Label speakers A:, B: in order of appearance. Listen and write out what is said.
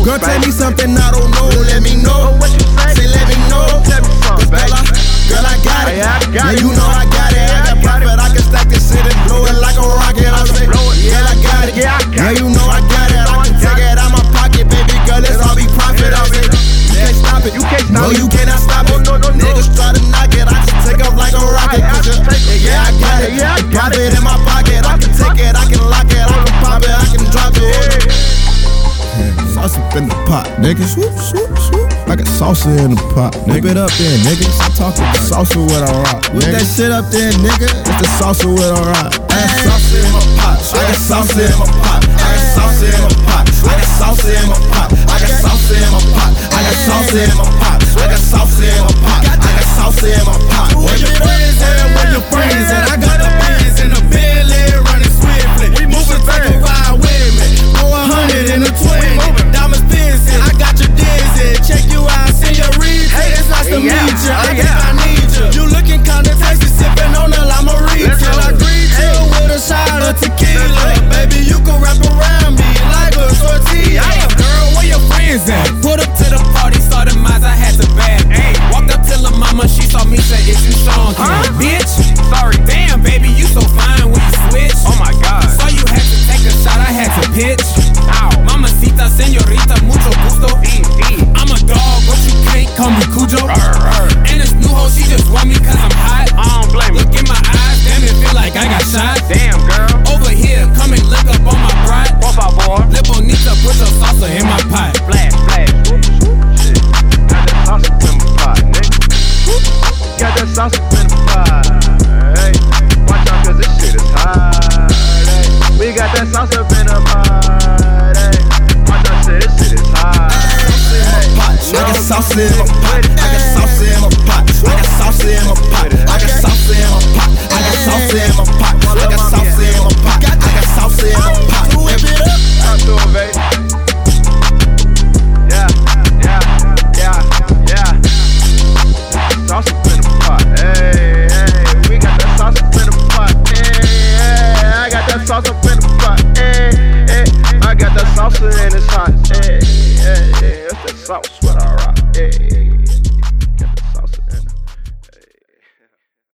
A: Girl, tell me something I don't know. Let me know.
B: What you say?
A: Say, let me know.
B: Tell me something,
A: Girl,
B: baby. Oh,
A: I, girl, I got it.
B: Yeah, I got
A: yeah,
B: it.
A: you know I got it. I got
B: Yeah, I got
A: profit. I can stack this shit and blow it like a rocket. I say,
B: blow it.
A: yeah, I got it.
B: Yeah, I got
A: yeah,
B: it.
A: you know I got it. I
B: I
A: can
B: got
A: take it out my pocket, baby girl. It's all be profit. I say, you can't stop it.
B: You can't stop
A: no,
B: it. Oh,
A: you cannot stop it.
B: No, no, no, no.
A: Niggas try to knock it. I just take off like a rocket.
B: I just take it.
A: yeah, I got it.
B: Yeah, I got
A: profit in my pocket. I can take it. I can lock it. I can pop it. I can drop it. Sauce up in the pot, nigga. Swoop, swoop, swoop. I got salsa in the pot, nigga. Whip it up there, nigga. Stop talking about salsa with a rock. Whip that shit up there, nigga. It's the salsa with a rock. I got salsa in my pot. I got salsa in my pot. I got salsa in my pot. I got salsa in my pot. I got salsa in my pot. I got salsa in my pot. I got salsa in my pot. I got salsa in my pot. Where your friends at? Where your friends at? I got the bands in the Bentley running swiftly. We moving take a ride with me. Go a hundred in a twenty. Diamonds pissing. I got your dizzy. Check you out, see your reason. Hey, it's nice to
B: yeah.
A: meet you. I
C: Oh,
B: Hey,
A: guess
B: yeah.
A: I need you. You looking kinda tasty, sipping on a lima
B: Listen.
A: till I greet you with a shot of tequila. Baby, you can wrap around me like a tortilla.
C: Damn, girl, where your friends at? Put up to the party, saw the minds, I had to bag. Hey, walked up to the mama, she saw me, said, Is you strong?
B: Huh?
C: Bitch, sorry, damn, baby, you so fine when you switch.
B: Oh my god.
C: Saw you had to take a shot, I had to pitch. Ow. Mamacita, senorita, mucho gusto.
B: E,
C: I'm a dog, but you can't call me Cujo. And this new hoe, she just want me cause I'm hot.
B: I don't blame
C: Look
B: you.
C: in my eyes, damn, it feel like I got shot.
B: Damn, girl.
C: Over here, come and lick up on my pride.
B: Por favor.
C: Lip on Nita, put the salsa in my pot.
B: Flash, flash. Shit. Got that sauce up in my pot, nigga. Got that sauce up in my pot. Hey, watch out, cause this shit is hot. Hey, we got that sauce up in the pot. Hey, watch out, say this shit is hot. Hey,
A: I got sauce in my pot. I got sauce in my pot. I got sauce in my pot. I got sauce in my pot. I got sauce in my pot. I got sauce in my pot. I got sauce in my pot. Whip it up.
B: How you doing, babe? Yeah, yeah, yeah, yeah. Sauce up in the pot. Hey, hey, we got that sauce up in the pot. Hey, hey, I got that sauce up in the pot. Hey, hey, I got that sauce and it's hot. Hey, hey, hey, it's the sauce with a rock. Hey, hey.